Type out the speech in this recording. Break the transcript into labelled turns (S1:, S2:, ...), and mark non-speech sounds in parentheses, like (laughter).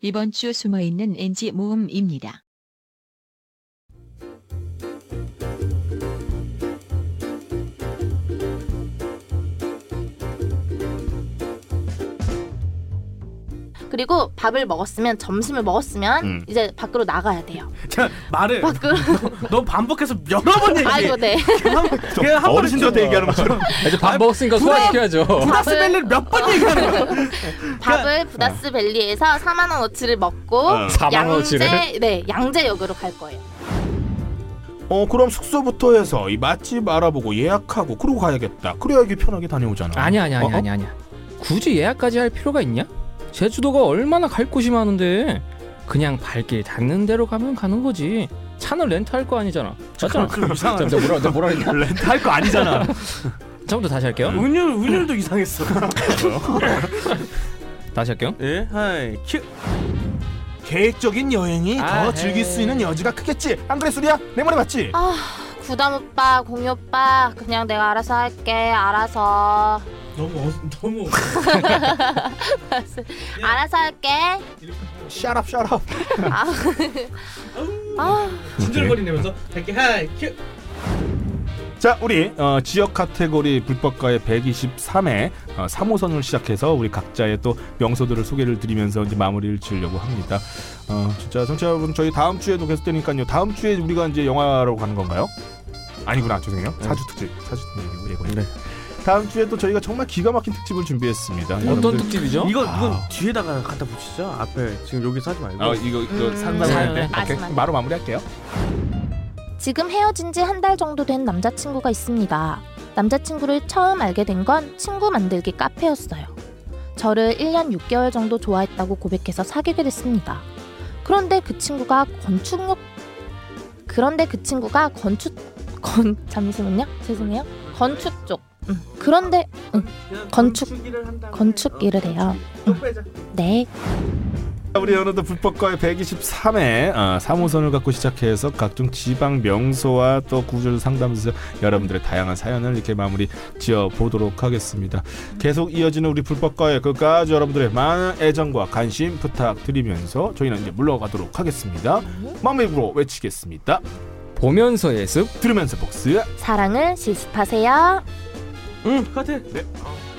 S1: 이번 주 숨어있는 NG 모음입니다.
S2: 그리고 밥을 먹었으면 점심을 먹었으면
S3: 음.
S2: 이제 밖으로 나가야
S4: (laughs)
S2: 돼요.
S5: 자 말을
S2: 밖으로
S5: 너무 반복해서 여러 번 얘기해.
S2: 아. 아이고 네.
S5: 한, 그냥 한
S3: 어르신들한테 얘기하는 것처럼
S4: 아, 이제 밥 먹었으니까 소화시켜야죠.
S5: 브라스벨레를 몇
S2: 아,
S5: 번 얘기하는 거야.
S4: 그러니까 어.
S2: 밥을 부다스 밸리에서 4만 원어치를 먹고
S3: 어.
S4: 4만 원어치를.
S2: 양재 네 양재역으로 갈 거예요.
S3: 어 그럼 숙소부터 해서 이 맛집 알아보고 예약하고 그러고 가야겠다 그래야 이게 편하게 다녀오잖아
S4: 아니야 아니야 아니야
S3: 어?
S4: 아니야 아니야. 굳이 예약까지 할 필요가 있냐? 제주도가 얼마나 갈 곳이 많은데 그냥 발길 닿는 대로 가면 가는 거지. 차는 렌트할 거 아니잖아.
S5: 좀
S4: 맞잖아.
S5: 그 이상하네.
S4: 잠깐 뭐라 내가 뭐라 했냐?
S5: 렌트할 거 아니잖아.
S4: 처음부터 다시 할게요.
S5: 운율 운율도 이상했어.
S4: 다시 할게요.
S5: 예, 하이 큐.
S3: 어? 계획적인 여행이
S4: 아,
S3: 더
S4: 에이.
S3: 즐길 수 있는 여지가 크겠지 안 그래 수리야? 내 말이 맞지?
S2: 아 구담 오빠 공유 오빠 그냥 내가 알아서 할게 알아서
S5: 너무 어,
S2: (laughs)
S5: 너무
S2: 알아서 할게
S3: 샤랍 샤랍
S2: 아,
S3: (laughs)
S2: 아
S5: 진절거리면서 이렇게 하이 큐.
S3: 자 우리 어, 지역 카테고리 불법가의 123회 어, 3호선을 시작해서 우리 각자의 또 명소들을 소개를 드리면서 이제 마무리를 지으려고 합니다 어, 진짜 청취자 여러분 저희 다음 주에도 계속되니까요 다음 주에 우리가 이제 영화로 가는 건가요? 아니구나 죄송해요 사주 특집 사주 특집 예고
S4: 네.
S3: 다음 주에 또 저희가 정말 기가 막힌 특집을 준비했습니다
S4: 어떤
S3: 여러분들
S4: 특집이죠?
S5: 이거
S3: 아.
S5: 이건 뒤에다가 갖다 붙이죠. 앞에 지금 여기서 하지 말고.
S3: 아 이거 이거
S2: 음.
S3: 상담할 때
S2: 맞아,
S3: 오케이.
S2: 맞아.
S3: 바로 마무리할게요.
S2: 지금 헤어진 지 한 달 정도 된 남자친구가 있습니다. 남자친구를 처음 알게 된 건 친구 만들기 카페였어요. 저를 1년 6개월 정도 좋아했다고 고백해서 사귀게 됐습니다. 그런데 그 친구가 건축력 그런데 그 친구가 건축 건 잠시만요. 죄송해요. 건축 쪽. 음, 그런데 건축- 건축 일을 해요. 네.
S3: 자, 우리 연어도 불법과의 123회 아, 3호선을 갖고 시작해서 각종 지방 명소와 또 구조 상담소 여러분들의 다양한 사연을 이렇게 마무리 지어 보도록 하겠습니다. 계속 이어지는 우리 불법과의 끝까지 여러분들의 많은 애정과 관심 부탁드리면서 저희는 이제 물러가도록 하겠습니다. 마음의 입으로 외치겠습니다.
S4: 보면서 예습.
S3: 들으면서 복스.
S2: 사랑을 실습하세요.
S5: 어? 응, 같아.
S3: 네.